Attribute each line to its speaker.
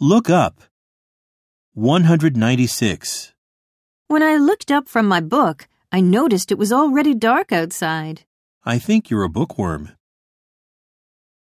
Speaker 1: Look up. 196.
Speaker 2: When I looked up from my book, I noticed it was already dark outside.
Speaker 1: I think you're a bookworm.